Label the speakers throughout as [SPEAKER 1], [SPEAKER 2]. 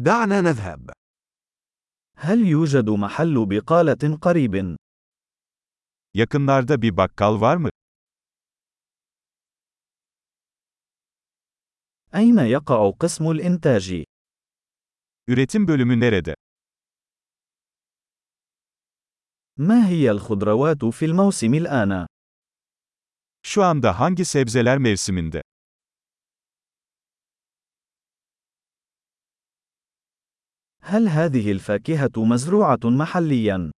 [SPEAKER 1] دعنا نذهب.
[SPEAKER 2] هل يوجد محل بقالة قريب؟
[SPEAKER 3] Yakınlarda bir bakkal var mı?
[SPEAKER 2] أين يقع قسم الإنتاج؟
[SPEAKER 3] Üretim bölümü nerede?
[SPEAKER 2] ما هي الخضروات في الموسم الآن؟
[SPEAKER 3] Şu anda hangi sebzeler mevsiminde?
[SPEAKER 2] هل هذه الفاكهة مزروعة محلياً؟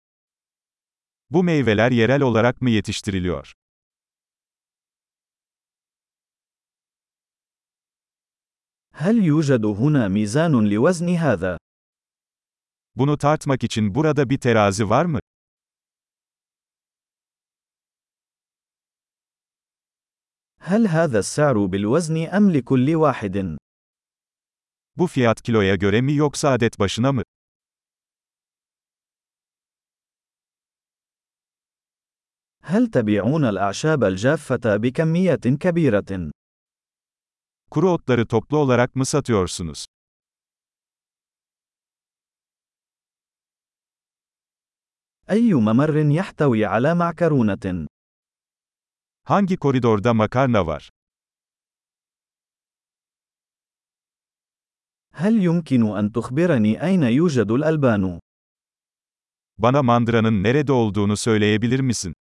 [SPEAKER 3] Bu meyveler yerel olarak mı yetiştiriliyor?
[SPEAKER 2] هل يوجد هنا ميزان لوزن هذا؟
[SPEAKER 3] Bunu tartmak için burada bir terazi var mı?
[SPEAKER 2] هل هذا السعر بالوزن أم لكل واحد؟
[SPEAKER 3] Bu fiyat kiloya göre mi yoksa adet başına mı?
[SPEAKER 2] هل تبيعون الأعشاب الجافة بكمية كبيرة؟
[SPEAKER 3] Kuru otları toplu olarak mı satıyorsunuz?
[SPEAKER 2] أي ممر يحتوي على معكرونة؟
[SPEAKER 3] Hangi koridorda makarna var?
[SPEAKER 2] هل يمكن أن تخبرني أين يوجد الألبان؟
[SPEAKER 3] Bana mandıranın nerede olduğunu söyleyebilir misin?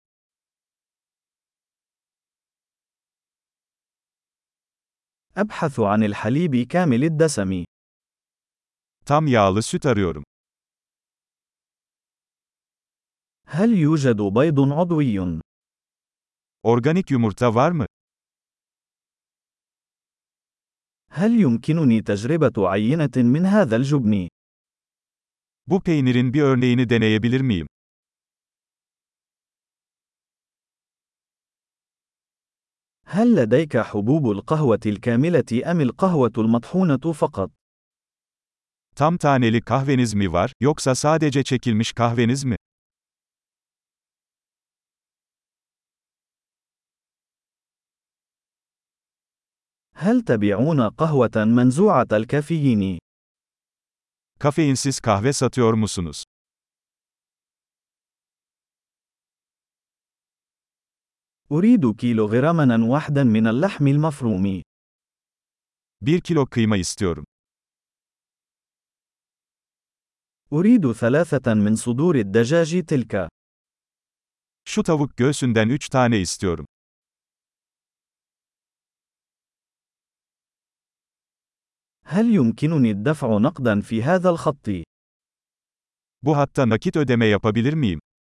[SPEAKER 2] أبحث عن الحليب كامل الدسم.
[SPEAKER 3] Tam yağlı süt arıyorum.
[SPEAKER 2] هل يوجد بيض عضوي؟
[SPEAKER 3] Organik yumurta var mı?
[SPEAKER 2] هل يمكنني تجربة عينة من هذا الجبن؟
[SPEAKER 3] Bu peynirin bir örneğini deneyebilir miyim?
[SPEAKER 2] هل لديك حبوب القهوة الكاملة أم القهوة المطحونة فقط؟
[SPEAKER 3] Tam taneli kahveniz mi var, yoksa sadece çekilmiş kahveniz mi?
[SPEAKER 2] هل تبيعون قهوة منزوعة الكافيين؟
[SPEAKER 3] Kafeinsiz kahve satıyor musunuz?
[SPEAKER 2] أريد كيلوغراما واحدا من اللحم المفروم.
[SPEAKER 3] 1 kilo kıyma istiyorum.
[SPEAKER 2] أريد ثلاثة من صدور الدجاج تلك.
[SPEAKER 3] Şu tavuk göğsünden 3 tane istiyorum.
[SPEAKER 2] هل يمكنني الدفع نقدا في هذا الخط؟
[SPEAKER 3] Bu hatta nakit ödeme yapabilir miyim?